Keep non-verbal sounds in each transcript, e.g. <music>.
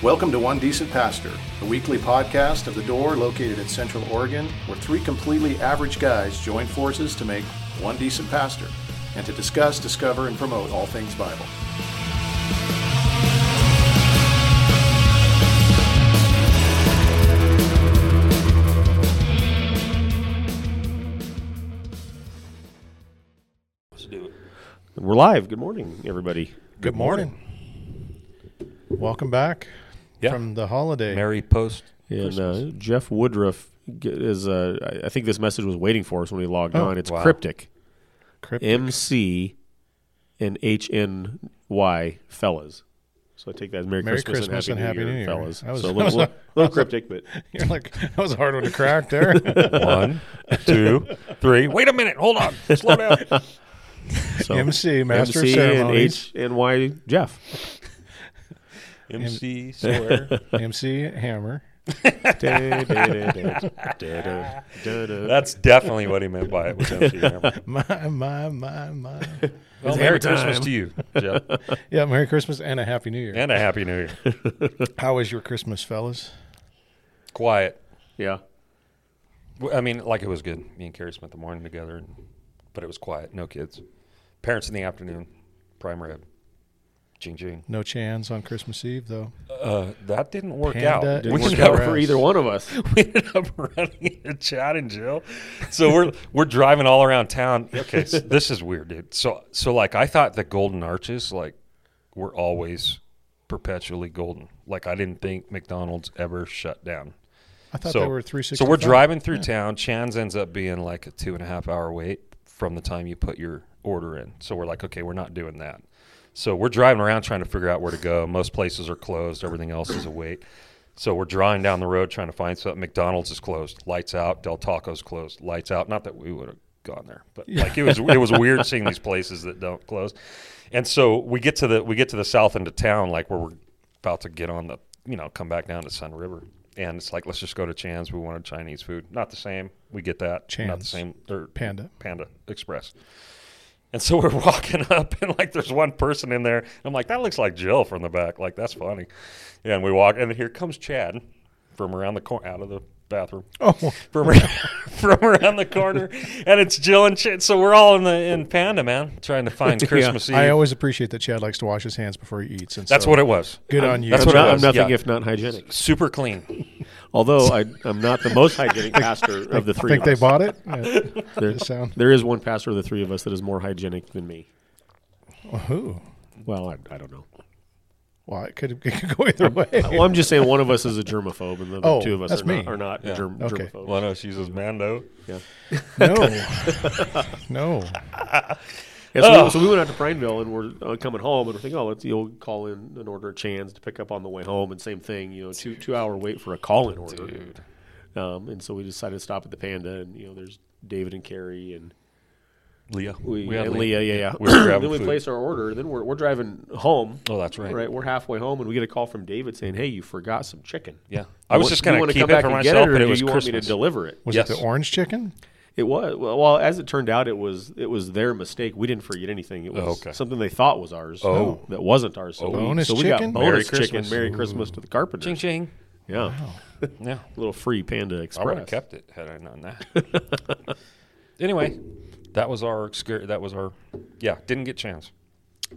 Welcome to One Decent Pastor, a weekly podcast of The Door located in Central Oregon, where three completely average guys join forces to make one decent pastor and to discuss, discover, and promote all things Bible. Let's do it. We're live. Good morning, everybody. Good morning. Welcome back Yeah. from the holiday. Merry post. And uh, Jeff Woodruff g- is, uh, I- I think this message was waiting for us when we logged Oh, on. It's wow. cryptic. Cryptic. MC and HNY fellas. So I take that as Merry, Merry Christmas, Christmas and Happy New Year, fellas. Year. I was- so a I little, was- little, little cryptic, but <laughs> You're like that was a hard one to <laughs> crack there. One, two, three. Wait a minute. Hold <laughs> on. Slow down. so MC, Master of MC and Ceremonies. HNY Jeff. MC Sawyer. MC Hammer. That's That's definitely what he meant by it. Was MC Hammer. My my my my. Well, Merry Christmas to you, Jeff, yeah, Merry Christmas and a Happy New Year. and a Happy New Year. How was your Christmas, fellas? Quiet. yeah. W- I mean, like it was good. Me and Carrie spent the morning together, and, but it was quiet. No kids. Parents in the afternoon. Prime rib. Ching ching. No chans on Christmas Eve though. Uh, that didn't work Panda out. is We Which ended is out up for either one of us. we ended up <laughs> running into Chad and Jill. So we're we're driving all around town. Okay, so this is weird, dude. So so like I thought the golden arches like were always perpetually golden. Like I didn't think McDonald's ever shut down. I thought so they were three sixty. So we're driving through town. Chan's ends up being like a two and a half hour wait from the time you put your order in. So we're like, okay, we're not doing that. So we're driving around trying to figure out where to go. Most places are closed. Everything else is a wait. So we're drawing down the road trying to find something. McDonald's is closed. Lights out. Del Taco's closed. Lights out. Not that we would have gone there, but like it was it was weird seeing these places that don't close. And so we get to the we get to the south end of town, like where we're about to get on the you know come back down to Sun River, and it's like let's just go to Chan's. We wanted Chinese food. Not the same. We get that. Not the Chan's. same. Or Panda. Panda Express. And so <laughs> we're walking up, and like there's one person in there. I'm like, that looks like Jill from the back. Like that's funny. Yeah, and we walk, and here comes Chad from around the corner, out of the bathroom, <laughs> Oh, from around, <laughs> from around the corner, and it's Jill and Chad. So we're all in the in Panda, man, trying <laughs> to find Christmas I Eve. always appreciate that Chad likes to wash his hands before he eats. And that's so what it was. Good on you. That's what I'm, it not, I'm was. nothing yeah. if not hygienic. Super clean. Although I, I'm not the <laughs> most hygienic pastor of the I three. think of they us. <laughs> bought it. Yeah. There- the sound. there is one pastor of the three of us that is more hygienic than me. Who? Well, I, I don't know. Well, it could, it could go either way. Well, Oh, I'm just saying one of us is a germaphobe, and the other Oh, two of us that's are me. not, are not Yeah. germ, Okay. germaphobes. Well, no, she says Mando. No, no. Yeah, so, we, so we went out to Prineville, and we're uh, coming home, and we're thinking, oh, let's you'll call in an order of Chan's to pick up on the way home, and same thing, you know, two two hour wait for a call in order. Um, and so we decided to stop at the Panda, and you know, there's David and Carrie and Leah. we, We had and Leah. Leah, yeah, yeah. We were <clears throat> grabbing then we food. place our order. Then we're, we're driving home. Oh, that's right. Right, we're halfway home, and we get a call from David saying, "Hey, you forgot some chicken." Yeah. I was want- just you gonna wanna keep come it back for and get myself, it, or but it do was you want me Christmas. to deliver it? Was it Yes. the orange chicken? It was well, well, as it turned out, it was it was their mistake. We didn't forget anything. It was Oh, okay. something they thought was ours. Oh. that wasn't ours. So, we, Bonus so we chicken? got bonus Merry chicken. Christmas. Merry Christmas to the carpenter. Ching ching. Yeah, Yeah. little free Panda I would have Express. kept it had I known that. anyway, that was our excur- that was our yeah, didn't get chance.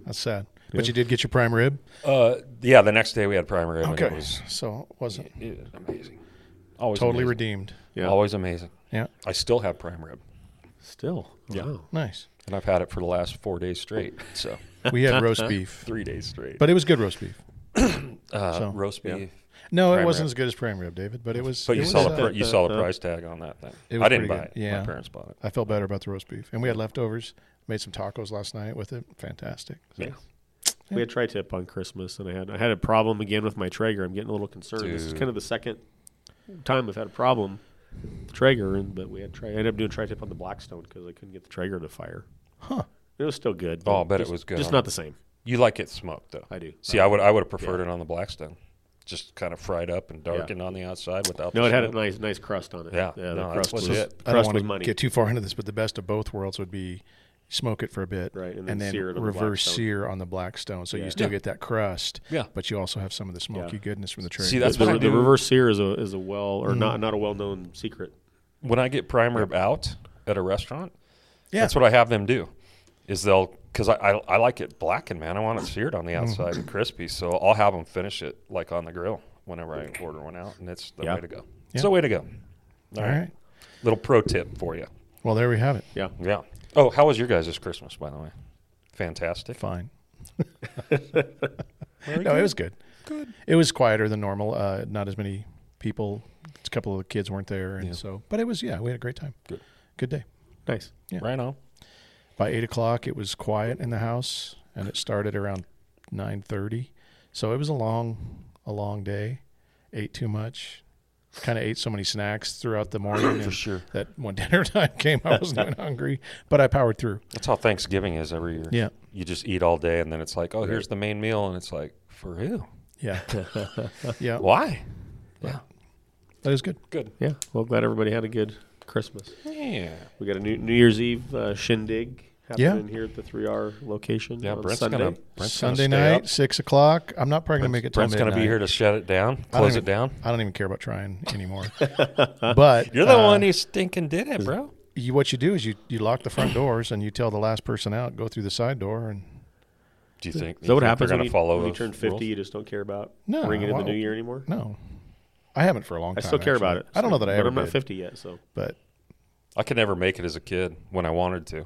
That's sad. But you did get your prime rib. Uh, yeah, the next day we had primary and it Okay, was so it wasn't it, amazing. Always totally amazing. redeemed. Yeah. Always amazing. Yeah, I still have prime rib, Still, wow. nice. and I've had it for the last four days straight. So We <laughs> had roast beef, three days straight. but it was good roast beef. uh, so- roast beef. No, it Prime wasn't rib. as good as prime rib, David. But it was. But it you was, saw uh, the pr- you saw the price tag on that thing. It I was didn't buy pretty it. good. Yeah. My parents bought it. I felt better about the roast beef, and we had leftovers. Made some tacos last night with it. Fantastic. So- Yeah. We had tri-tip on Christmas, and I had I had a problem again with my Traeger. I'm getting a little concerned. This is Dude. kind of the second time I've had a problem with Traeger, and but we had tri- I ended up doing tri-tip on the Blackstone because I couldn't get the Traeger to fire. Huh. It was still good. Oh, I bet it just- was good Just on not it. the same. You like it smoked though. I do. See, I would I would have preferred it on the Blackstone, just kind of fried up and darkened on the outside without. No, the it had a smoke. nice, nice crust on it. Yeah. yeah the No, that's crust was legit. I don't crust want was to money. get too far into this, but the best of both worlds would be smoke it for a bit, Right, and and, then then sear it on the reverse Blackstone. sear on the blackstone, so Yeah. you still Yeah. get that crust. Yeah. but you also have some of the smoky Yeah. goodness from the tree. See, that's the, what I the do. reverse sear is a is a well or not Mm. not a well known secret. when I get prime rib out at a restaurant, Yeah. that's what I have them do. Is they'll because I, I I like it blackened, man. I want it seared on the Mm-hmm. outside and crispy, so I'll have them finish it like on the grill whenever I order one out, and it's the Yeah. way to go. Yeah. It's the way to go. <laughs> all right. little pro tip for you. Well, there we have it. Yeah, Yeah. Oh, how was your guys' this Christmas, by the way? Fantastic. Fine. <laughs> no, it was good. Good. It was quieter than normal. Uh, not as many people. A couple of the kids weren't there, and Yeah. so. But it was yeah. We had a great time. Good. Good day. nice. Yeah. Right on. by eight o'clock it was quiet in the house and it started around 9.30 so it was a long a long day ate too much kind of ate so many snacks throughout the morning <coughs> for sure. that when <laughs> dinner time came i wasn't even hungry but i powered through That's how Thanksgiving is every year. Yeah. You just eat all day, and then it's like, oh, here's the main meal, and it's like, for who? yeah <laughs> yeah Why? that is good Good. Yeah, well, glad everybody had a good Christmas. Yeah. We got a new New Year's Eve uh, shindig happening Yeah. here at the Three R location. Yeah, on Brent's Sunday. gonna Brent's sunday gonna stay night up. six o'clock i'm not probably gonna make it till Brent's gonna be midnight. here to shut it down, I don't close even- it down. i don't even care about <laughs> trying anymore but You're the uh, one who stinking did it, bro. you, what you do is you, you lock the front doors and you tell the last person out go through the side door and Do you think? Is that what you think happens They're when gonna you, follow when you those turn 50? rules? You just don't care about No, ringing in why- the new year anymore. No, I haven't for a long I time. still care about it. actually. I don't know that I but ever I'm not did, 50 yet, so but I could never make it as a kid when I wanted to,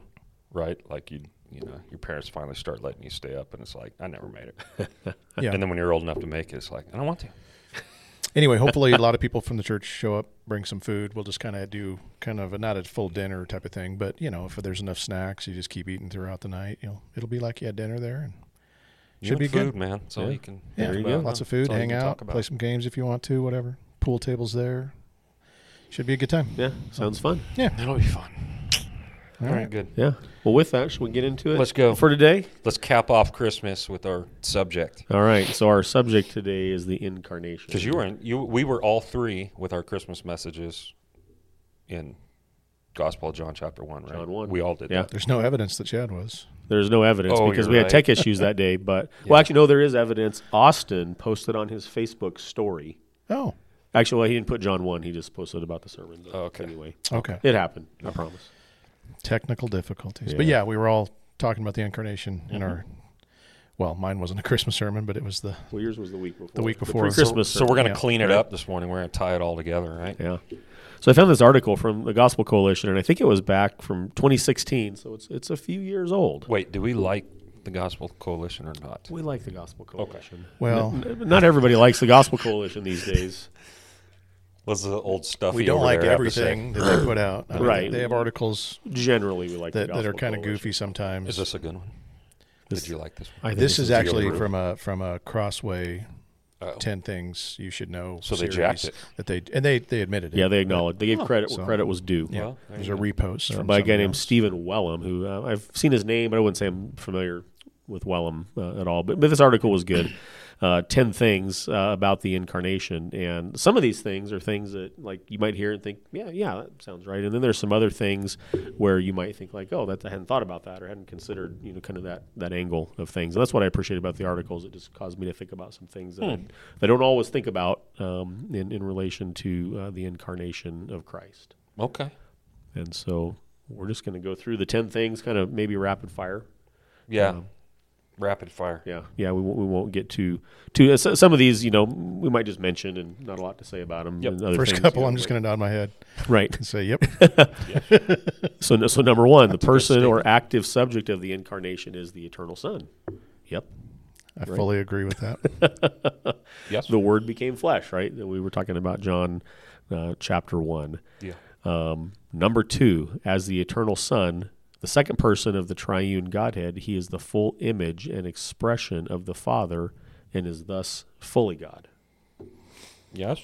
right? Like you, you know, your parents finally start letting you stay up, and it's like I never made it. yeah. And then when you're old enough to make it, it's like I don't want to. anyway, hopefully a lot of people from the church show up, bring some food. We'll just kind of do kind of a, not a full dinner type of thing, but you know, if there's enough snacks, you just keep eating throughout the night. You know, it'll be like you had dinner there, and You Should and be good. food, man. So Yeah. you can. yeah, talk about, lots huh? of food, That's all you hang can out, talk about. play some games if you want to, whatever. Pool tables there. Should be a good time. yeah, sounds fun. That'll be fun. All All right. right, good. Yeah. Well, with that, should we get into it? Let's go. for today. Let's cap off Christmas with our subject. All right. So our subject today is the incarnation. Because you were in, you, we were all three with our Christmas messages in Gospel of John chapter one, right? John 1. We all did. Yeah. That. There's no evidence that Chad was. There's no evidence Oh, because you're we had right. <laughs> tech issues that day. But well, actually, no, there is evidence. Austin posted on his Facebook story. Oh, Actually, well, he didn't put John one. He just posted about the sermon. but Oh, okay. Anyway, okay. it happened. I promise. technical difficulties. But yeah, we were all talking about the incarnation Mm-hmm. in our. Well, mine wasn't a Christmas sermon, but it was the Well, yours was the week before. week before. pre-Christmas. So we're gonna Yeah. clean it up this morning. We're gonna tie it all together, right? Yeah. So I found this article from the Gospel Coalition, and I think it was back from 2016. So it's it's a few years old. Wait, do we like the Gospel Coalition or not? We like the Gospel Coalition. well. N- Not everybody likes the Gospel Coalition these days. What's the old stuff? we don't like everything that they put out. I mean, Right. They have articles Generally, we like that, the that are Gospel kind of Coalition. goofy sometimes. Is this a good one? Did you like this one? I think this is actually Gilbert. from a from a Crossway Oh. Uh-oh. ten things you should know. So they series jacked it. that they and they they admitted it. Yeah, they acknowledged. They gave credit where so- credit was due. yeah. Well, there There's a you repost from Uh, by a guy somebody named else. Stephen Wellum, who uh, I've seen his name, but I wouldn't say I'm familiar with Wellum uh, at all. But, but this article was good. Uh, 10 things uh, about the incarnation. And some of these things are things that, like, you might hear and think, yeah, yeah, that sounds right. And then there's some other things where you might think, like, oh, that, I hadn't thought about that or hadn't considered, you know, kind of that, that angle of things. And that's what I appreciate about the articles. It just caused me to think about some things that, I, Hmm. that I don't always think about um, in, in relation to uh, the incarnation of Christ. Okay. And so we're just going to go through the 10 things, kind of maybe rapid fire. Yeah. Rapid fire. Um, Yeah. Yeah. We, won't- we won't get to, to uh, so- some of these, you know, we might just mention and not a lot to say about them. Yep. Other First things, couple, you know, I'm just but- going to nod my head <laughs> Right. and say, <laughs> "Yep." So, no- so number one, the person or active subject of the incarnation is the eternal Son. Yep. I fully agree with <laughs> that. Yes. The Word became flesh, right? That we were talking about John uh, chapter one. yeah. Um, number two, as the eternal Son, the second person of the triune Godhead, he is the full image and expression of the Father and is thus fully God. Yes.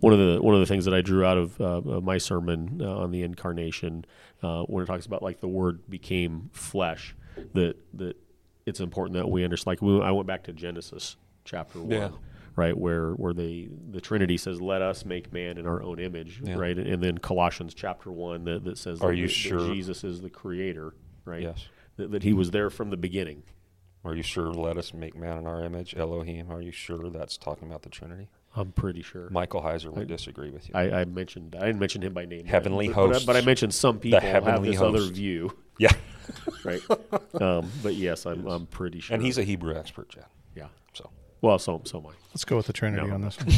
One of the one of the things that I drew out of, uh, of my sermon uh, on the incarnation, uh, when it talks about like the Word became flesh, that that it's important that we understand. Like we, I went back to Genesis chapter one, Yeah. right where where they the Trinity says, "Let us make man in our own image," Yeah. right, and, then Colossians chapter one that, that says, Are that- you that sure? Jesus is the creator?" right? Yes. That, that he was there from the beginning. Are you sure let us make man in our image? Elohim, are you sure that's talking about the Trinity? I'm pretty sure. Michael Heiser would disagree with you. I, I mentioned I didn't mention him by name. Heavenly but, but I- hosts. But, I mentioned some people have heavenly this host. other view, yeah. <laughs> right? <laughs> um, but yes, I'm, I'm pretty sure. And he's a Hebrew expert, Chad. yeah. So Well, so so am I. Let's go with the Trinity No. on <laughs> this one.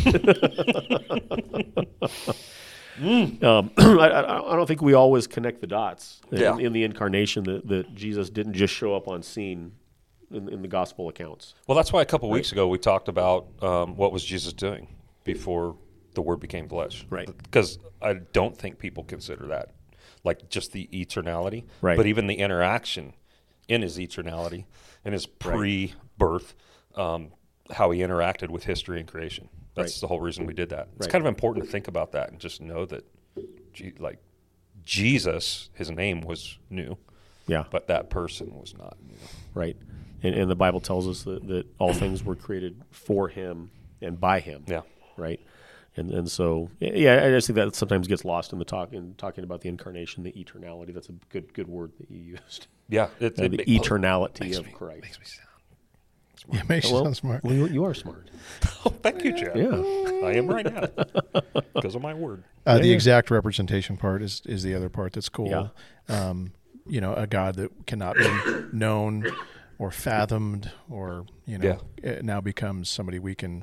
<laughs> Um, <clears throat> I, I, I don't think we always connect the dots in, Yeah. in the incarnation that, that Jesus didn't just show up on scene in, in the gospel accounts. Well, that's why a couple weeks ago we talked about um, what was Jesus doing before the Word became flesh, Right. Because I don't think people consider that, like just the eternality, Right. But even the interaction in his eternality, in his pre-birth, um, how he interacted with history and creation. That's Right. the whole reason we did that. It's Right. kind of important to think about that and just know that, Je- like Jesus, his name was new, Yeah, but that person was not new. right. And, and the Bible tells us that, that all things were created for Him and by Him. Yeah. right. And and so yeah, I just think that sometimes gets lost in the talk in talking about the incarnation, the eternality. That's a good good word that you used. Yeah, it, The, it ma- eternality of Christ. makes me sound. Yeah, makes you sound smart. Well, you, you are smart. <laughs> Oh, thank you, Chad. Yeah. I am right now <laughs> because of my word. Uh, the exact representation part is is the other part that's cool. Yeah. Um, you know, a God that cannot be known or fathomed, or you know, it now becomes somebody we can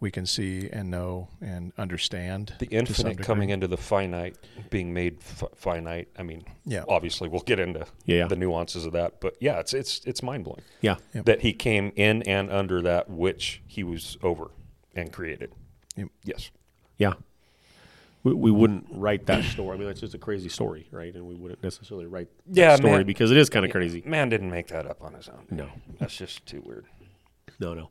we can see and know and understand. The to some infinite degree. coming into the finite, being made f- finite. I mean, Yeah. obviously we'll get into Yeah. the nuances of that, but yeah, it's it's it's mind blowing Yeah, Yep. that he came in and under that which he was over and created. Yep. Yes. Yeah. We, we wouldn't write that story. I mean, that's just a crazy story, right? And we wouldn't necessarily write that Yeah, story man. because it is kind of crazy. Man didn't make that up on his own. No. That's just too weird. No, no.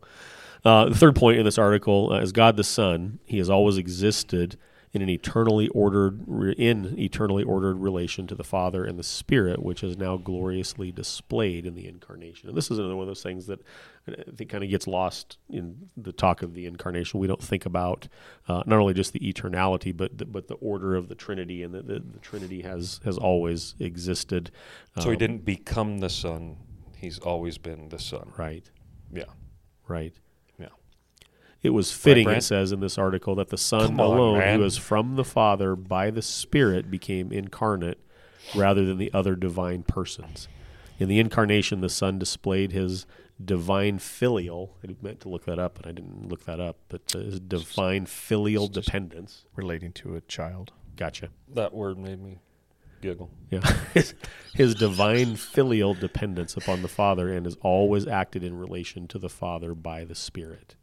Uh, the third point in this article uh, is God the Son. He has always existed in an eternally ordered, re- in eternally ordered relation to the Father and the Spirit, which is now gloriously displayed in the incarnation. And this is another one of those things that uh, I think kind of gets lost in the talk of the incarnation. We don't think about uh, not only just the eternality, but the, but the order of the Trinity, and that the, the Trinity has has always existed. Uh, So Um, he didn't become the son. He's always been the son. Right. Yeah. Right. Yeah. It was fitting, Brent? it says in this article, that the Son Come on, alone, Brent. who is from the Father by the Spirit, became incarnate rather than the other divine persons. In the incarnation, the Son displayed his divine filial. I meant to look that up, and I didn't look that up. But uh, his divine filial dependence. relating to a child. Gotcha. That word made me giggle. Yeah. <laughs> his, his divine filial dependence upon the Father and has always acted in relation to the Father by the <laughs> Spirit.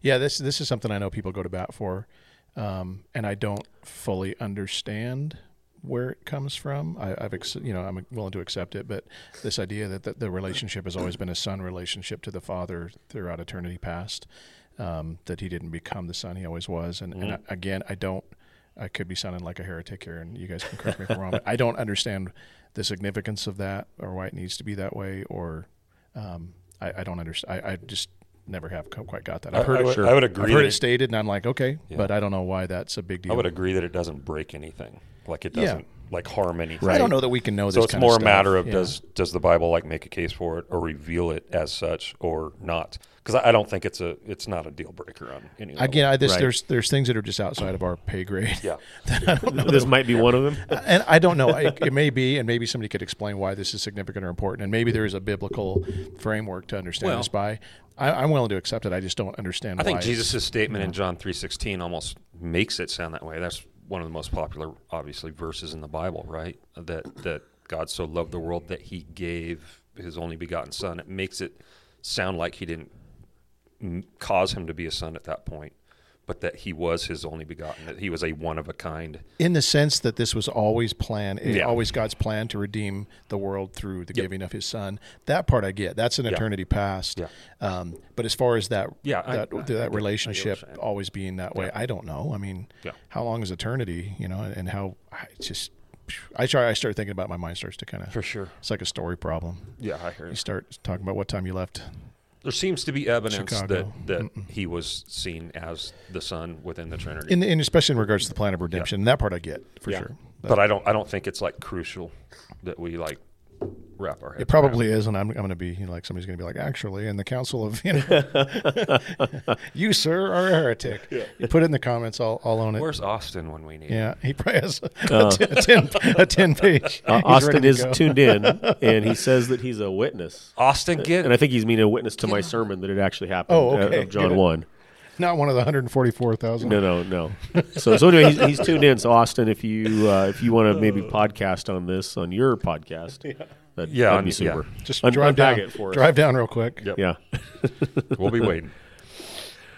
Yeah, this this is something I know people go to bat for, um, and I don't fully understand where it comes from. I, I've ex- you know I'm willing to accept it, but this idea that, that the relationship has always been a son relationship to the father throughout eternity past, um, that he didn't become the son he always was, and, and I, again I don't. I could be sounding like a heretic here, and you guys can correct me if I'm wrong. But I don't understand the significance of that, or why it needs to be that way, or um, I, I don't understand. I, I just never have co- quite got that. I've I- heard I it would- I would agree I've heard that it it- stated, and I'm like, okay, Yeah. but I don't know why that's a big deal. I would agree that it doesn't break anything. Like it Yeah. doesn't like harm anything. I don't know that we can know this. So it's kind more of a stuff. matter of Yeah. does does the Bible like make a case for it or reveal it as such or not? Because I, I don't think it's a it's not a deal breaker on any. Level. again. I, this, Right. There's there's things that are just outside of our pay grade. <laughs> yeah, This might be one of them. and I don't know. It, it may be, and maybe somebody could explain why this is significant or important, and maybe there is a biblical framework to understand Well- this by. I, I'm willing to accept it. I just don't understand. I think why Jesus' statement in John three sixteen almost makes it sound that way. That's one of the most popular, obviously, verses in the Bible, right? That that God so loved the world that He gave His only begotten Son. It makes it sound like He didn't m- cause Him to be a son at that point, but that He was His only begotten. That He was a one of a kind. in the sense that this was always plan, it- Yeah. always God's plan to redeem the world through the giving of His Son. That part I get. That's an eternity past. Yeah. Um, but as far as that, Yeah, I- that, I- I get- I get that what relationship you're saying. always being that way, I don't know. I mean, Yeah. how long is eternity? You know, and, and how I just I try. I start thinking about my mind starts to kind of For sure. It's like a story problem. Yeah, I hear You start talking about what time you left. There seems to be evidence Chicago. that that He was seen as the Son within the Trinity. In, in especially in regards to the plan of redemption, that part I get for Yeah. sure. but I don't I don't think it's like crucial that we like wrap our head. It probably is, and I'm, I'm going to be you know, like somebody's going to be like, actually, in the council of you, <laughs> know, you sir are a heretic. You put it in the comments. I'll, I'll own it. Where's Austin when we need him? yeah, he probably has a, a ten a ten <laughs> page. Oh. <laughs> Uh, He's ready Austin to is go. tuned in, and he says that he's a witness, Austin, get and I think he's meaning a witness to my sermon that it actually happened. Oh, uh, okay. Of John Good. one. not one of the 144,000. No, no, no. <laughs> So, so anyway, he's, he's tuned in. So, Austin, if you uh, if you want to maybe Oh. podcast on this on your podcast, that'd, Yeah, that'd on- be yeah. super. Just Un- drive unpack down. it for us. drive down real quick. Yep. Yeah. We'll be waiting.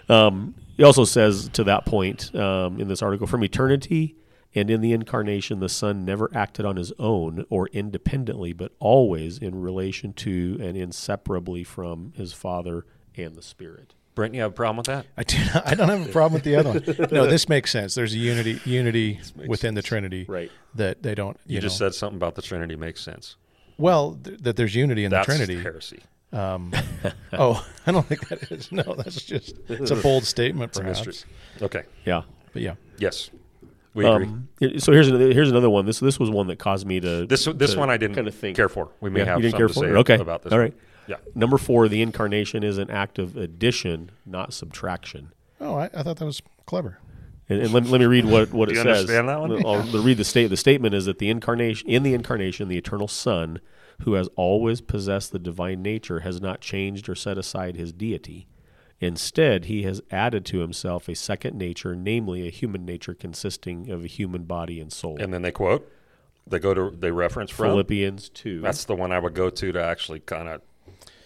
Um, He also says to that point um, in this article from eternity and in the incarnation, the Son never acted on his own or independently, but always in relation to and inseparably from his Father and the Spirit. Brent, you have a problem with that? I do. Not, I don't have a problem with the other one. <laughs> No, this makes sense. There's a unity unity within the Trinity, Right. That they don't. You, You, just know- said something about the Trinity makes sense. well th- that there's unity in That's the Trinity. heresy. Um, <laughs> Oh, <laughs> I don't think that is. No, that's just it's a bold statement, perhaps. Mystery. Okay. Yeah. But yeah, Yes. We agree. Um, so here's another, here's another one. This this was one that caused me to This this to one I didn't kinda think. care for. We may Yeah, have you didn't something care to for say it? Okay. about this. All one. right. Yeah. Number four, the incarnation is an act of addition, not subtraction. oh, I, I thought that was clever. And, and let, me- let me read what, what <laughs> Do it you says. understand that one? I'll read the state. The statement is that the incarnation in the incarnation, the eternal Son, who has always possessed the divine nature, has not changed or set aside his deity. Instead, he has added to himself a second nature, namely a human nature consisting of a human body and soul. And then they quote. They go to they reference from. Philippians two. That's the one I would go to to actually kind of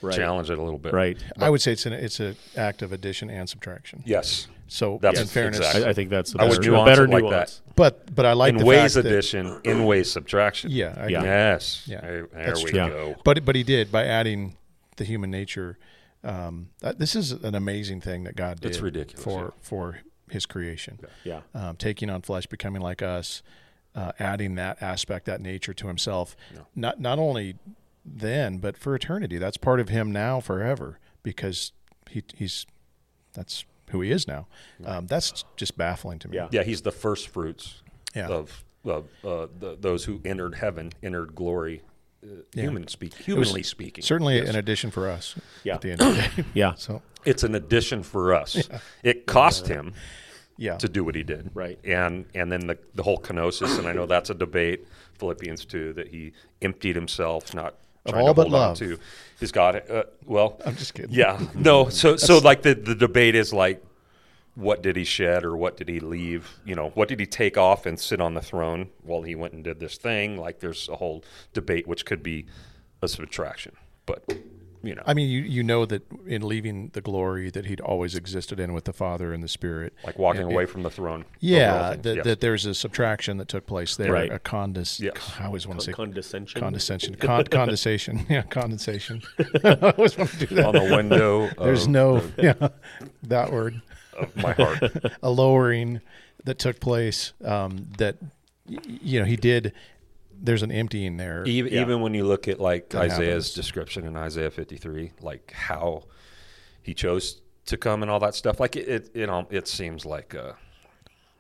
Right. challenge it a little bit. right. I would say it's an it's an act of addition and subtraction. Yes. So That's in fairness, exactly. I, I think that's the I better, would nuance a better it like nuance. but but I like in the fact ways that- addition, in ways subtraction. Yeah, I Yeah. agree. Yes. Yeah. There, there That's we true. go. But but he did by adding the human nature. Um, that, this is an amazing thing that God did. It's ridiculous, for yeah. for His creation. Yeah. Um, taking on flesh, becoming like us, uh, adding that aspect, that nature to Himself. Not not only then, but for eternity. That's part of Him now, forever, because he, He's that's who He is now. Um, that's just baffling to me. Yeah. Yeah, he's the first fruits Yeah. of of uh, the, those who entered heaven, entered glory. Uh, Human speak, humanly speaking, Certainly an addition for us. Yeah. At the end of the day. <laughs> Yeah. so it's an addition for us. It cost him yeah. to do what he did, Right. And and then the the whole kenosis, and I know that's a debate. Philippians two that he emptied himself, not Of trying all to but hold on love. to. Is God? Uh, well, I'm just kidding. <laughs> Yeah, no. So so like the the debate is like, what did he shed or what did he leave? You know, what did he take off and sit on the throne while he went and did this thing? Like, there's a whole debate which could be a subtraction, but you know, I mean, you you know that in leaving the glory that he'd always existed in with the Father and the Spirit. like walking away from the throne. yeah, Overall things, that, yes. that there's a subtraction that took place there. Right. A condes. Yes. I always want to say Condescension. <laughs> condescension. Con- condensation. <laughs> Yeah, condensation. I always want to do that. on the window. <laughs> There's of, no <laughs> yeah, that word. of my heart. a lowering that took place um, that y- you know he did. There's an emptying there. Even, even when you look at like That Isaiah's happens. description in Isaiah 53, like how he chose to come and all that stuff, like it it it, um, it seems like a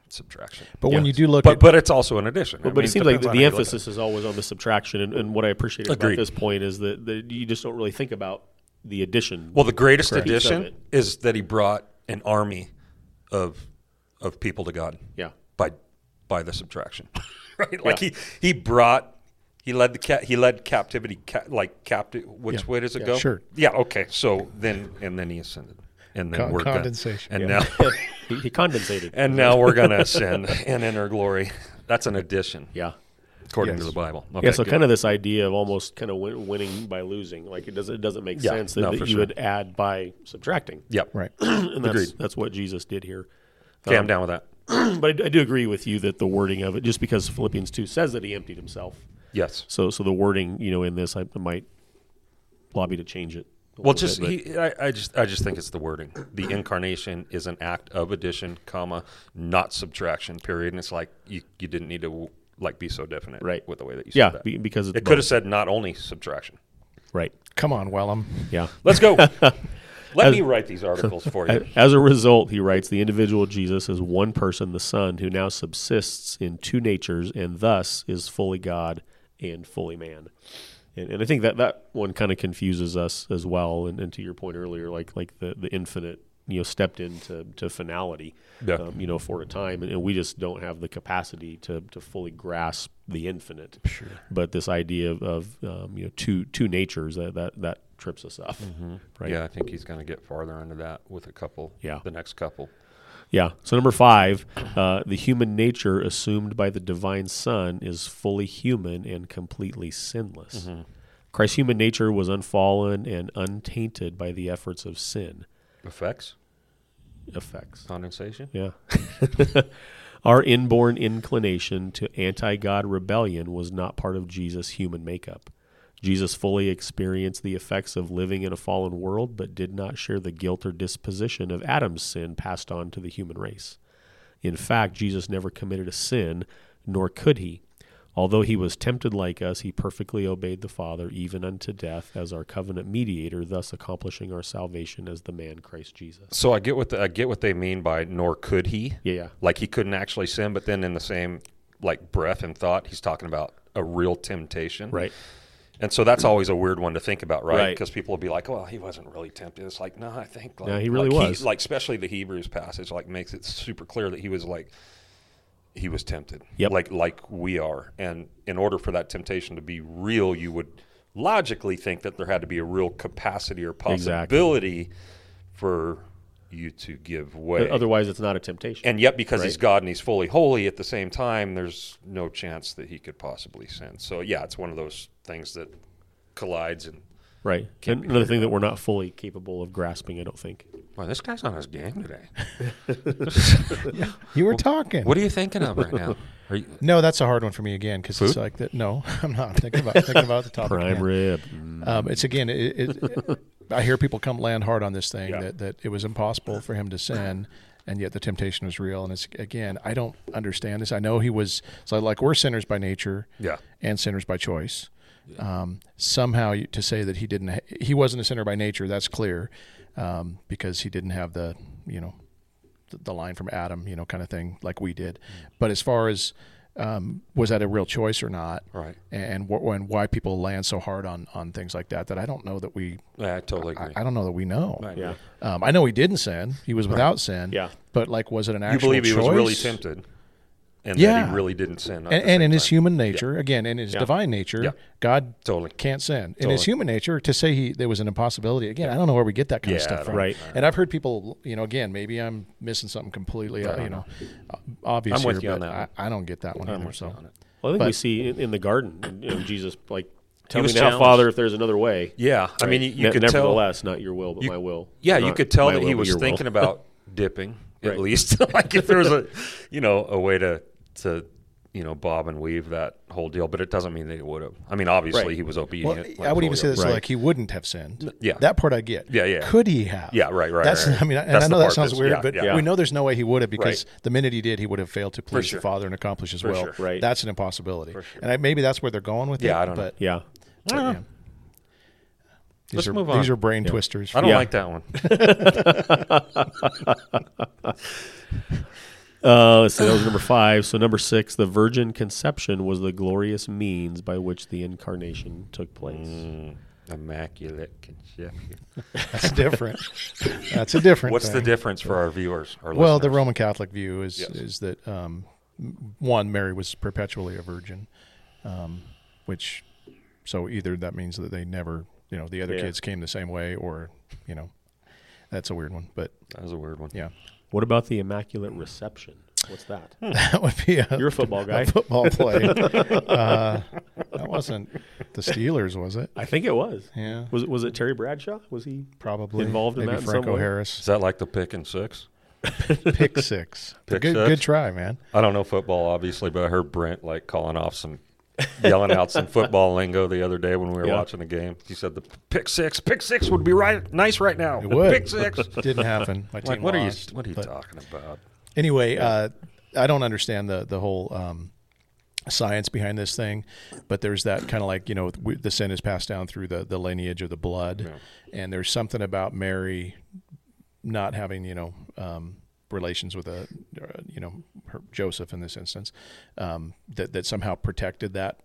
subtraction. but when Yeah. you do look But at but it's also an addition. But, but it seems like the, the emphasis is always on the subtraction, and, and what I appreciate about Agreed. this point is that, that you just don't really think about the addition. Well, the greatest Correct. Piece of addition it. is that he brought an army of of people to God. yeah, by by the subtraction, <laughs> right? Like he he brought he led the cat he led captivity ca- like captive. Which Yeah. way does it Yeah, go? sure. Yeah. Okay. So then and then he ascended, and then Con- we're condensation. Done. And now <laughs> he, he condensated. and now we're gonna ascend <laughs> and enter glory. That's an addition, yeah, according Yes. to the Bible. yeah. So kind of this idea of almost kind of win, winning by losing, like it doesn't it doesn't make Yeah, sense that, no, that for you sure. would add by subtracting. Yep. right, <clears throat> <clears throat> and that's, Agreed. that's what Jesus did here. <clears throat> Okay, I'm down with that. but I, do- I do agree with you that the wording of it, just because Philippians two says that he emptied himself, Yes. so so the wording, you know, in this, I, I might lobby to change it. a Well, little just bit, but- he, I, I just I just think it's the wording. The incarnation is an act of addition, comma, not subtraction. Period. And it's like you, you didn't need to like be so definite, Right. with the way that you said yeah, that. be, because it's it could have both. said not only subtraction. right. come on, Wellum. Yeah. Let's <laughs> go. Let me write these articles for you. As a result, he writes, the individual Jesus is one person, the Son, who now subsists in two natures and thus is fully God and fully man. And, and I think that that one kind of confuses us as well. And, and to your point earlier, like like the the infinite, you know, stepped into to finality, Yeah. um, you know, for a time, and, and we just don't have the capacity to to fully grasp the infinite. Sure. But this idea of, of um, you know two two natures that that that trips us up, right? Mm-hmm. Yeah, I think he's going to get farther into that with a couple. Yeah. the next couple. Yeah. So number five, uh, the human nature assumed by the divine Son is fully human and completely sinless. Christ's human nature was unfallen and untainted by the efforts of sin Effects, effects. condensation. Yeah. <laughs> Our inborn inclination to anti God rebellion was not part of Jesus' human makeup. Jesus fully experienced the effects of living in a fallen world, but did not share the guilt or disposition of Adam's sin passed on to the human race. In fact, Jesus never committed a sin, nor could he. Although he was tempted like us, he perfectly obeyed the Father, even unto death, as our covenant mediator, thus accomplishing our salvation as the man Christ Jesus. So I get what the, I get what they mean by nor could he. Yeah, yeah. Like he couldn't actually sin, but then in the same like breath and thought, he's talking about a real temptation. Right. And so that's always a weird one to think about, right? Right. Because people will be like, "Well, he wasn't really tempted." It's like, no, I think like, No, he really like was. like especially the Hebrews passage like makes it super clear that he was like he was tempted, Yep. like like we are. And in order for that temptation to be real, you would logically think that there had to be a real capacity or Exactly. possibility for you to give way. Otherwise, it's not a temptation. And yet, because he's God and he's fully holy at the same time, there's no chance that he could possibly sin. So, yeah, it's one of those things that collides. And Right. And another thing that we're not fully capable of grasping, I don't think. well, this guy's on his game today. You were talking. What are you thinking of right now? Are you, No, that's a hard one for me again because it's Food? like that. No, <laughs> I'm not thinking about thinking about the topic. Prime man. rib. Um, it's again. It, it, <laughs> I hear people come land hard on this thing Yeah. that, that it was impossible for him to sin, and yet the temptation was real. And it's again, I don't understand this. I know he was so like we're sinners by nature, <laughs> Yeah. and sinners by choice. Um, somehow you- to say that he didn't, ha- he wasn't a sinner by nature. That's clear, um, because he didn't have the you know the, the line from Adam, you know, kind of thing like we did. Mm. But as far as um, was that a real choice or not? Right. and wh- and why people land so hard on on things like that that I don't know that we yeah, I totally agree. I don't know that we know. I agree. Yeah. Um, I know he didn't sin; he was without sin. Yeah. but like, was it an You actual believe he was really choice? tempted and that Yeah. he really didn't sin. at And, the and same in his time. human nature, again, in his Yeah. divine nature, Yeah. God Totally. can't sin. In Totally. his human nature, to say he there was an impossibility, again, I don't know where we get that kind of Yeah, I stuff don't from. Right. And I've heard people, you know, again, maybe I'm missing something completely, uh, you know, uh, obvious. I'm with here, you on but that one. I, I don't get that one either. So Well, I think we But- see in, in the garden, you know, Jesus, like, tell me was now, challenged. Father, if there's another way. Yeah. I mean, you, you Ne- could tell. nevertheless, not your will, but my will. Yeah, Not you could tell my that will, he but was your will. <laughs> thinking about dipping at Right. least. <laughs> like if there was <laughs> a, you know, a way to to you know bob and weave that whole deal, but it doesn't mean that he would have. I mean, obviously Right. he was Well, obedient. like I would even say Julio. this Right. like he wouldn't have sinned. yeah. that part I get. Yeah, yeah. Could he have? Yeah, right, right, That's. right. I mean, and That's I the know that part sounds that's- weird, yeah, but yeah. we know there's no way he would have because the minute he did, he would have failed to please sure. the Father and accomplish His will. sure. Right. That's an impossibility, and I, maybe that's where they're going with it. Yeah, I don't know. but, Yeah. but, yeah. Uh-huh. These Let's are, move on. These are brain twisters. I don't Yeah. like that <laughs> one. Uh, let's see, that was number five. So number six, the virgin conception was the glorious means by which the incarnation took place. Mm. Immaculate conception. That's different. That's a different. What's the thing. difference for our viewers? Our Well, the listeners? Roman Catholic view is Yes. is that um, m- one Mary was perpetually a virgin, um, which so either that means that they never, you know, the other Yeah. kids came the same way, or you know, that's a weird one, but that was a weird one. yeah, <laughs> What about the immaculate reception? What's that? Hmm. that would be a, You're a <laughs> football guy. a <laughs> football play. uh, that wasn't the Steelers, was it? I think it was. Yeah, Was it, was it Terry Bradshaw? Was he? probably involved in Maybe that in some Franco way? Is Harris that like the pick and six? pick six. <laughs> Pick good, six? good try, man. I don't know football, obviously, but I heard Brent like calling off some, yelling out <laughs> some football lingo the other day when we were Yeah. watching the game. He said the pick six, pick six would be right, nice right now. It would. <laughs> Pick six. Didn't happen. My like, team what lost, are you, what are you but- talking about? anyway, uh, I don't understand the the whole um, science behind this thing, but there's that kind of like you know we, the sin is passed down through the the lineage of the blood, and there's something about Mary not having you know um, relations with a uh, you know her, Joseph in this instance um, that that somehow protected that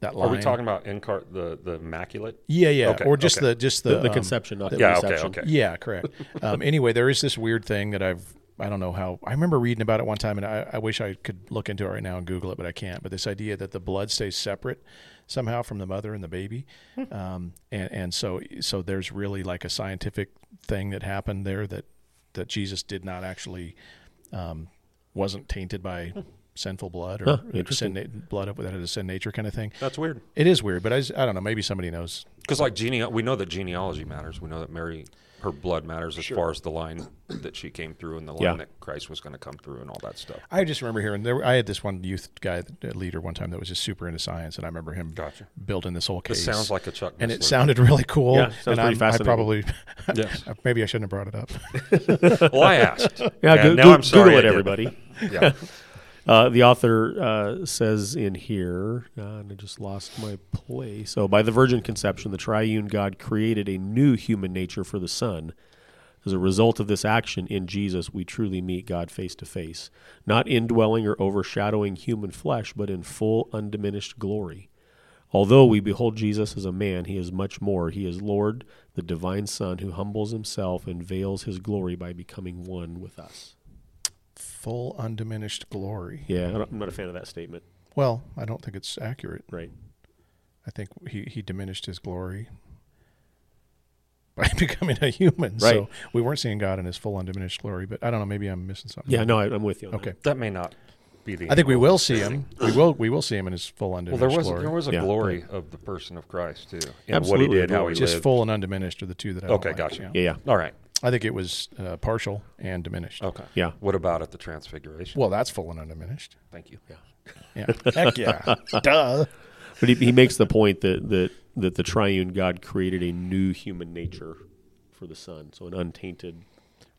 that Are line. we talking about in cart the the immaculate? Yeah, yeah, Okay, or just okay. the just the The, the um, conception, not the yeah, okay, reception. okay. Yeah, correct. um, anyway, there is this weird thing that I've I don't know how I remember reading about it one time, and I, I wish I could look into it right now and Google it, but I can't. But this idea that the blood stays separate somehow from the mother and the baby, um, and and so so there's really like a scientific thing that happened there that that Jesus did not actually um, wasn't tainted by sinful blood or, Huh, or sin na- blood that had a sin nature kind of thing. That's weird. It is weird, but I, just- I don't know. Maybe somebody knows. Because like genea- we know that genealogy matters. We know that Mary, her blood matters as far as the line that she came through and the line Yeah. that Christ was going to come through and all that stuff. I just remember hearing there. I had this one youth guy that- leader one time that was just super into science, and I remember him Gotcha. building this whole This case. sounds like a Chuck. and it Missler. sounded really cool. Yeah, sounds and pretty I'm- I fascinating. probably <laughs> Yes. maybe <laughs> I shouldn't have brought it up. <laughs> well, I asked. <laughs> Yeah, go- now go- I'm sorry Google it, I did. everybody. Yeah. <laughs> Uh, the author uh, says in here, uh, and I just lost my place. So, by the virgin conception, the triune God created a new human nature for the Son. As a result of this action in Jesus, we truly meet God face to face, not indwelling or overshadowing human flesh, but in full, undiminished glory. Although we behold Jesus as a man, he is much more. He is Lord, the divine Son, who humbles himself and veils his glory by becoming one with us. Full undiminished glory. Yeah, I don't- I'm not a fan of that statement. Well, I don't think it's accurate. Right. I think he he diminished his glory by <laughs> becoming a human. Right. So we weren't seeing God in his full undiminished glory. But I don't know. Maybe I'm missing something. Yeah, no, I, I'm with you. On Okay. That may not be the. I think we will see him. We will. We will see him in his full Well, undiminished there was glory. there was a Yeah. glory of the person of Christ too. In What Absolutely, he did, how he glory. just lived. full and undiminished are the two that I don't Okay, like, gotcha. yeah. That. Yeah, All right. I think it was uh, partial and diminished. Okay. yeah, What about at the transfiguration? Well, that's full and undiminished. Thank you. Yeah, heck yeah, duh. yeah. But he, he makes the point that, that that the triune God created a new human nature for the Son, so an untainted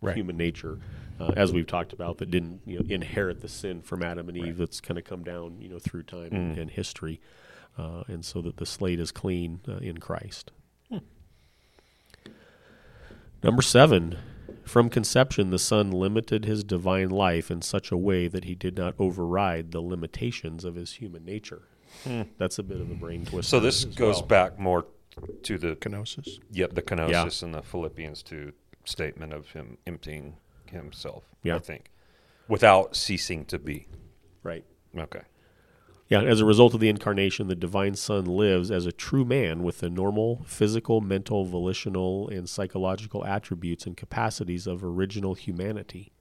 Right. human nature, uh, as we've talked about, that didn't you know, inherit the sin from Adam and Eve that's kind of come down you know through Mm. time and, and history, uh, and so that the slate is clean uh, in Christ. Number seven, from conception, the Son limited his divine life in such a way that he did not override the limitations of his human nature. That's a bit of a brain twist. Hmm. So this goes back more to the Kenosis. yep the kenosis and the Philippians two statement of him emptying himself. Yeah. I think without ceasing to be. right. Okay. Yeah, as a result of the incarnation, the divine son lives as a true man with the normal physical, mental, volitional, and psychological attributes and capacities of original humanity.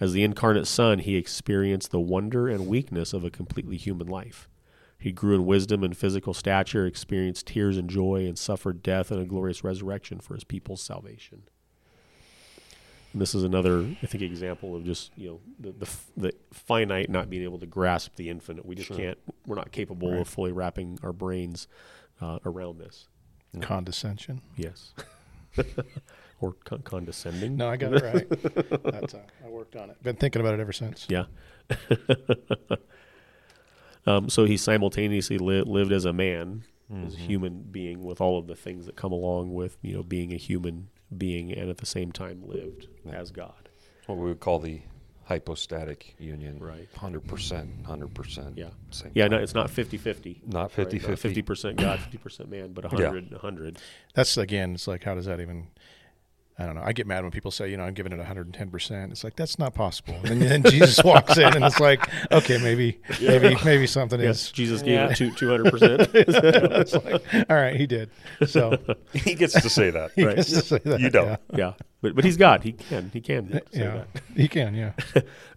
As the incarnate son, he experienced the wonder and weakness of a completely human life. He grew in wisdom and physical stature, experienced tears and joy, and suffered death and a glorious resurrection for his people's salvation. And this is another, I think, example of just you know the the, f- the finite not being able to grasp the infinite. We just can't. We're not capable of fully wrapping our brains uh, around this. Condescension. Yes. <laughs> or con- condescending. No, I got it right. That's, uh, I worked on it. Been thinking about it ever since. Yeah. <laughs> um, so he simultaneously li- lived as a man, as a human being, with all of the things that come along with you know being a human being, and at the same time lived as God. What we would call the hypostatic union. Right. Hundred percent. Hundred percent. Yeah. Same Yeah, no, time. it's not 50-50. Not right? 50-50. 50% <clears throat> God, 50% man, but 100 100. That's again. It's like how does that even? I don't know. I get mad when people say, you know, I'm giving it 110. percent It's like that's not possible. And then, then Jesus walks in, and it's like, okay, maybe, maybe, maybe something Yes, is. Jesus gave it to <laughs> 200%. It's like, all right, he did. So <laughs> he gets to <laughs> say that. he Right. gets to say that. You don't. Yeah. yeah. But but he's God. He can. He can say yeah. that. He can. Yeah.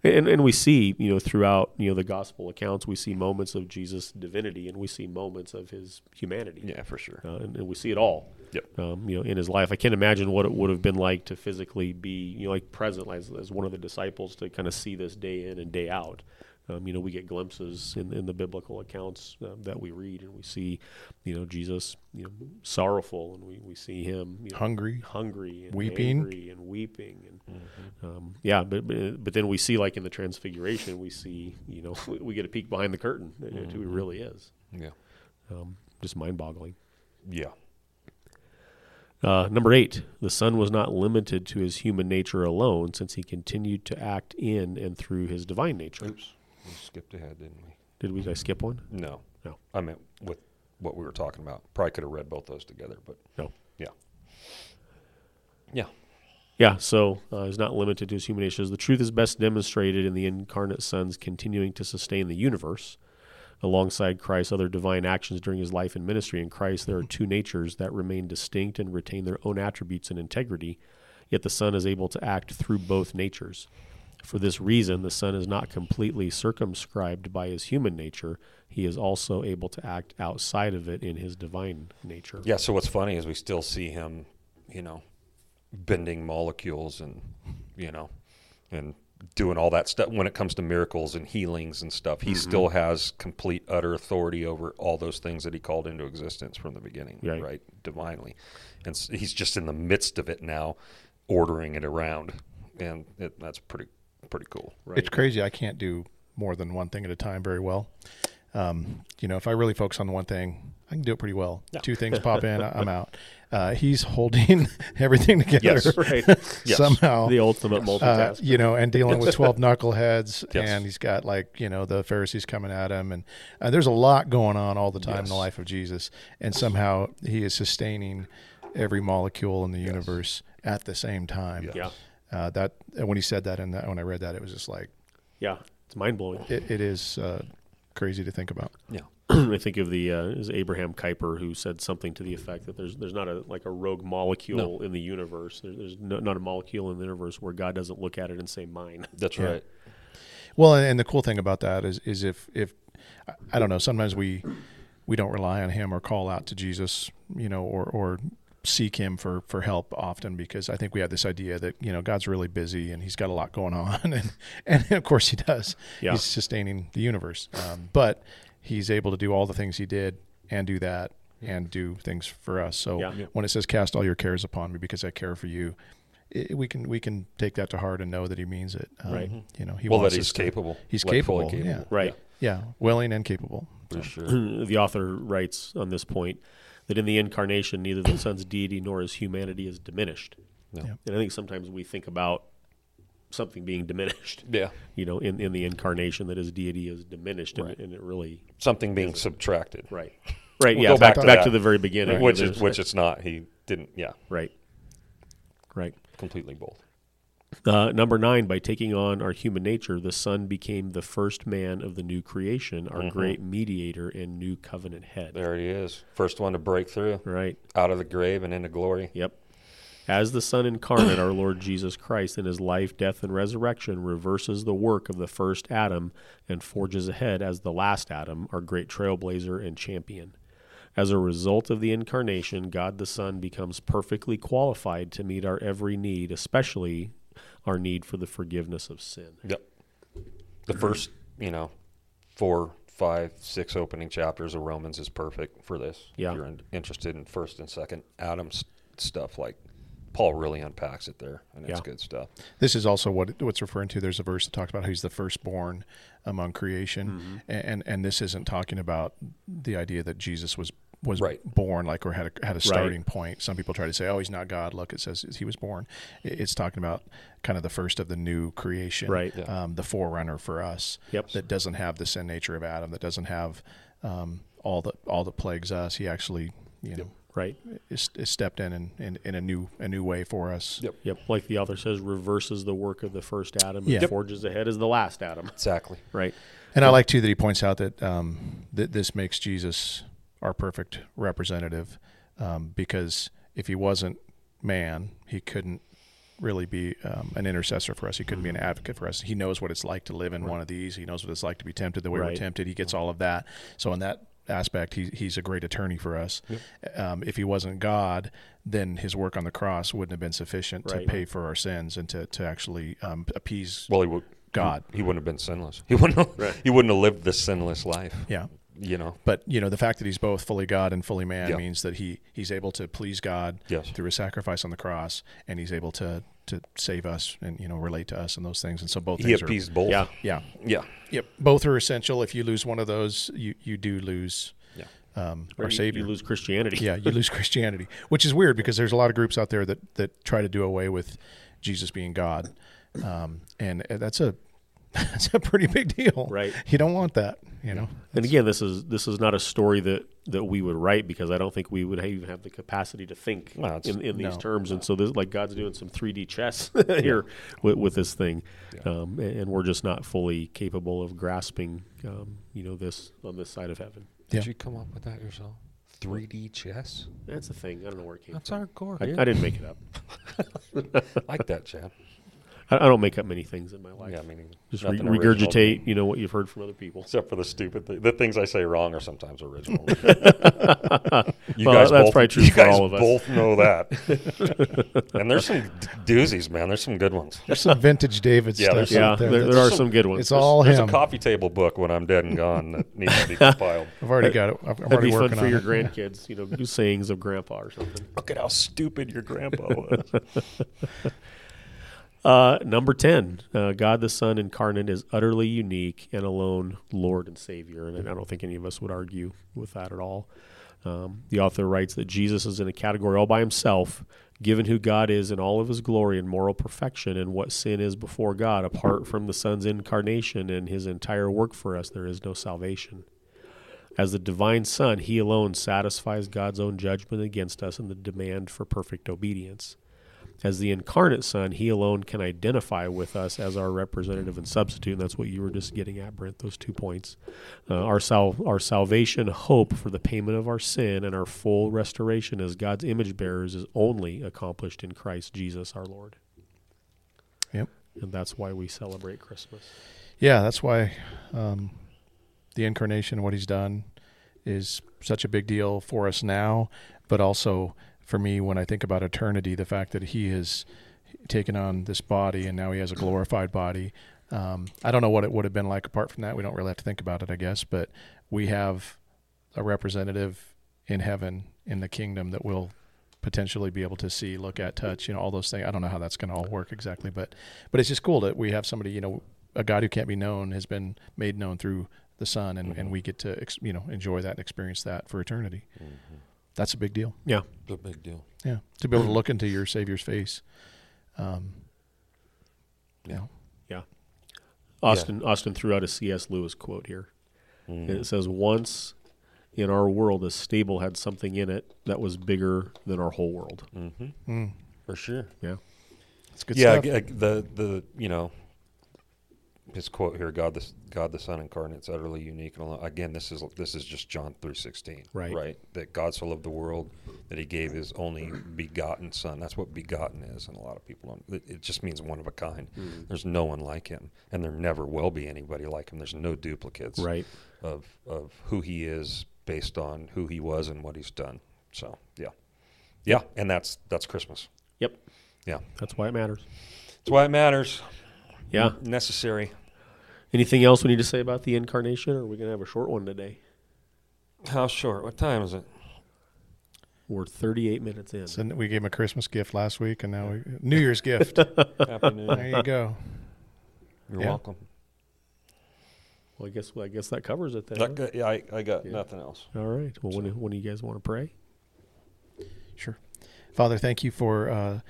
And and we see, you know, throughout, you know, the gospel accounts, we see moments of Jesus' divinity and we see moments of his humanity. Yeah, for sure. Uh, and, and we see it all. Yep. Um, you know, in his life, I can't imagine what it would have been like to physically be, you know, like present as, as one of the disciples to kind of see this day in and day out. Um, you know, we get glimpses in, in the biblical accounts uh, that we read, and we see, you know, Jesus, you know, sorrowful, and we, we see him you know, Hungry. hungry, and Weeping. angry and weeping, and um, yeah, but, but but then we see, like in the Transfiguration, we see, you know, <laughs> we, we get a peek behind the curtain uh, to who he really is. Yeah. Um, just mind-boggling. Yeah. Uh, number eight, the Son was not limited to his human nature alone, since he continued to act in and through his divine nature. Oops. We skipped ahead, didn't we? Did we? Did I skip one? No. No. I mean, with what we were talking about, probably could have read both those together, but No. yeah, yeah. Yeah, so uh, he's not limited to his human issues. The truth is best demonstrated in the incarnate Son's continuing to sustain the universe alongside Christ's other divine actions during his life and ministry. In Christ, there are two natures that remain distinct and retain their own attributes and integrity, yet the Son is able to act through both natures. For this reason, the Son is not completely circumscribed by his human nature. He is also able to act outside of it in his divine nature. Yeah. So what's funny is we still see him, you know, bending molecules and you know, and doing all that stuff when it comes to miracles and healings and stuff. He still has complete utter authority over all those things that he called into existence from the beginning, Right. Divinely, and s- he's just in the midst of it now, ordering it around, and it, that's pretty pretty cool. It's crazy. I can't do more than one thing at a time very well. Um, you know, if I really focus on one thing, I can do it pretty well. Two <laughs> things pop in, I- I'm out. Uh, he's holding <laughs> everything together <laughs> Yes. Right. Yes. somehow. The ultimate uh, multitask. you know, and dealing with <laughs> 12 knuckleheads, Yes. and he's got like, you know, the Pharisees coming at him. And uh, there's a lot going on all the time in the life of Jesus. And somehow he is sustaining every molecule in the universe at the same time. Yeah. Uh, that, and when he said that, and that, when I read that, it was just like, Yeah, it's mind blowing. it, it is uh, crazy to think about. Yeah. <clears throat> I think of the uh, is Abraham Kuyper who said something to the effect that there's there's not a like a rogue molecule in the universe. There, there's no, not a molecule in the universe where God doesn't look at it and say mine. <laughs> That's right. Well, and, and the cool thing about that is, is if if I- I don't know, sometimes we we don't rely on him or call out to Jesus, you know, or or seek him for for help often because I think we have this idea that you know God's really busy and he's got a lot going on, <laughs> and and of course he does. Yeah. He's sustaining the universe, um, but he's able to do all the things he did and do that and do things for us. So Yeah. when it says cast all your cares upon me because I care for you. It, we can we can take that to heart and know that he means it. Um, Right. You know he well, that wants he's us to- capable. He's Like, fully capable. Yeah. Right. <clears throat> Yeah. Willing and capable. For sure. the author writes on this point that in the incarnation, neither the Son's deity nor his humanity is diminished. No. Yeah. And I think sometimes we think about something being <laughs> diminished. Yeah. You know, in, in the incarnation, that his deity is diminished, and, and it really Something being subtracted. right, right, We'll yeah. go Back, back back, to to, that. the very beginning, Which There's- is which it's not. He didn't. Yeah. right, right. Completely both. Uh, number nine, by taking on our human nature, the Son became the first man of the new creation, our great mediator and new covenant head. There he is. First one to break through Right. out of the grave and into glory. Yep. As the Son incarnate, our Lord Jesus Christ, in his life, death, and resurrection, reverses the work of the first Adam and forges ahead as the last Adam, our great trailblazer and champion. As a result of the incarnation, God the Son becomes perfectly qualified to meet our every need, especially our need for the forgiveness of sin. Yep. The first, you know, four, five, six opening chapters of Romans is perfect for this. Yeah. If you're in, interested in first and second Adam's stuff, like Paul really unpacks it there, and it's Yeah. good stuff. This is also what what's referring to. There's a verse that talks about he's the firstborn among creation, Mm-hmm. and, and and this isn't talking about the idea that Jesus was was Right. born like or had a, had a starting point. Some people try to say, oh, he's not God. Look, it says he was born. It- It's talking about kind of the first of the new creation, Right. Yeah. Um, the forerunner for us. Yep. That doesn't have the sin nature of Adam. That doesn't have um, all the all that plagues us. He actually, you know. Right? is, is stepped in and in, in a new a new way for us. Yep. Yep. Like the author says, reverses the work of the first Adam and Yeah. Yep. forges ahead as the last Adam. Exactly. Right. And I like too that he points out that um, that this makes Jesus our perfect representative, um, because if he wasn't man, he couldn't really be um, an intercessor for us. He couldn't be an Mm-hmm. advocate for us. He knows what it's like to live in one of these. He knows what it's like to be tempted the way we're Right. tempted. He gets all of that. So in that aspect, he, he's a great attorney for us. Um, if he wasn't God, then his work on the cross wouldn't have been sufficient Right. to pay for our sins and to, to actually um, appease Well, he would. God. He wouldn't have been sinless. He wouldn't. Have, He wouldn't have lived this sinless life. Yeah. You know. but you know the fact that he's both fully God and fully man Yeah. means that he he's able to please God Yes. through his sacrifice on the cross, and he's able to to save us and you know relate to us and those things. And so both He things appeased both. Yeah. are yeah Yeah. yep both are essential. If you lose one of those, you you do lose Yeah. um, Or our you- savior. You lose Christianity. yeah, you lose <laughs> Christianity, which is weird because there's a lot of groups out there that that try to do away with Jesus being God, um, and <laughs> that's a that's a pretty big deal. Right. You don't want that. You know, And again, this is this is not a story that that we would write because I don't think we would ha- even have the capacity to think No, it's- in, in these no. terms. And so, this, like God's doing some 3D chess <laughs> here with, with this thing, um, a- and, we're just not fully capable of grasping, um, you know, this on this side of heaven. Did Yeah. you come up with that yourself? 3D chess? That's the thing. I don't know where it came That's from. hardcore. I, dude. I didn't make it up. like that, Chad. I, I don't make up many things in my life. Yeah, I mean, just re- nothing original. regurgitate, you know, what you've heard from other people. Except for the stupid thing. The things I say wrong are <laughs> sometimes original. you Well, that's probably true you for guys all of us. both know that. <laughs> and there's some d- doozies, man. There's some good ones. there's some vintage David Yeah, stuff. there's out Yeah, there, there that's- are some good ones. It's all There's him. a coffee table book when I'm dead and gone that needs to <laughs> be compiled. I've already got it. I'm That'd already be working fun for on your it. grandkids, you know, do sayings of grandpa or something. Look at how stupid your grandpa was. Uh, number 10, uh, God the Son incarnate is utterly unique and alone Lord and Savior. And I don't think any of us would argue with that at all. Um, the author writes that Jesus is in a category all by himself, given who God is in all of his glory and moral perfection and what sin is before God. Apart from the Son's incarnation and his entire work for us, there is no salvation. As the divine Son, he alone satisfies God's own judgment against us and the demand for perfect obedience. As the incarnate Son, he alone can identify with us as our representative and substitute. And that's what you were just getting at, Brent, those two points. Uh, our, sal- our salvation hope for the payment of our sin and our full restoration as God's image bearers is only accomplished in Christ Jesus our Lord. Yep. And that's why we celebrate Christmas. Yeah, that's why um, the incarnation, what he's done, is such a big deal for us now, but also for me when I think about eternity, the fact that he has taken on this body and now he has a glorified body. Um, I don't know what it would have been like apart from that. We don't really have to think about it, I guess, but we have a representative in heaven in the kingdom that will potentially be able to see, look at, touch, you know, all those things. I don't know how that's going to all work exactly, but but it's just cool that we have somebody, you know, a God who can't be known has been made known through the Son, and, and we get to ex- you know enjoy that and experience that for eternity. That's a big deal. Yeah. It's a big deal. Yeah, to be able to look into your Savior's face. Um, yeah. Yeah. Austin Austin threw out a C.S. Lewis quote here. And it says once in our world a stable had something in it that was bigger than our whole world. Mm. Mm-hmm. For sure. Yeah. it's Mm. good yeah, stuff. ag- ag- the the you know his quote here: God the God the Son incarnate is utterly unique and alone. Again, this is this is just John three sixteen, Right. Right, that God so loved the world that He gave His only begotten Son. That's what begotten is, and a lot of people don't. It, it just means one of a kind. Mm. There's no one like Him, and there never will be anybody like Him. There's no duplicates, Right. Of of who He is based on who He was and what He's done. So yeah, yeah, and that's that's Christmas. Yep. Yeah, That's why it matters. that's why it matters Yeah. necessary. Anything else we need to say about the incarnation or are we gonna have a short one today? How short? What time <laughs> is it? We're thirty eight minutes in. So we gave him a Christmas gift last week, and now we, New Year's gift. Afternoon. There you go. You're Yeah. welcome. well I guess well, I guess that covers it then. That huh? got- yeah, I, I got Yeah. nothing else. All right. Well when when do you guys want to pray? Sure. Father, thank you for uh,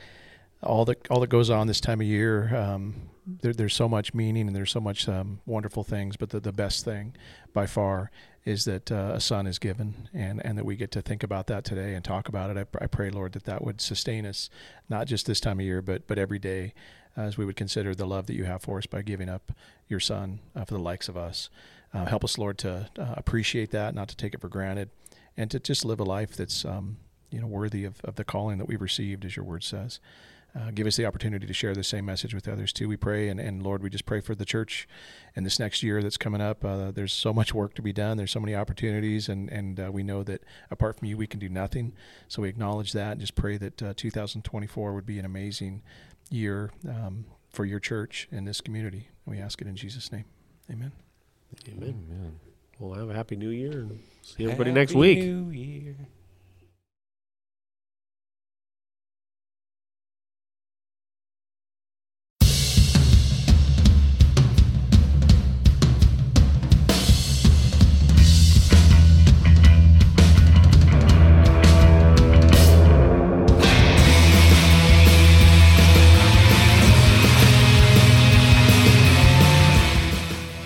all that all that goes on this time of year. Um, there, there's so much meaning and there's so much um, wonderful things, but the, the best thing by far is that uh, a son is given and, and that we get to think about that today and talk about it. I, pr- I pray, Lord, that that would sustain us, not just this time of year, but, but every day as we would consider the love that you have for us by giving up your son uh, for the likes of us. Uh, help us, Lord, to uh, appreciate that, not to take it for granted, and to just live a life that's um, you know worthy of, of the calling that we've received, as your word says. Uh, give us the opportunity to share the same message with others too. We pray, and, and Lord, we just pray for the church and this next year that's coming up. Uh, there's so much work to be done. There's so many opportunities, and and uh, we know that apart from you, we can do nothing. So we acknowledge that, and just pray that uh, 2024 would be an amazing year um, for your church and this community. We ask it in Jesus' name, Amen. Amen. Well have a happy new year and see everybody next week. New year.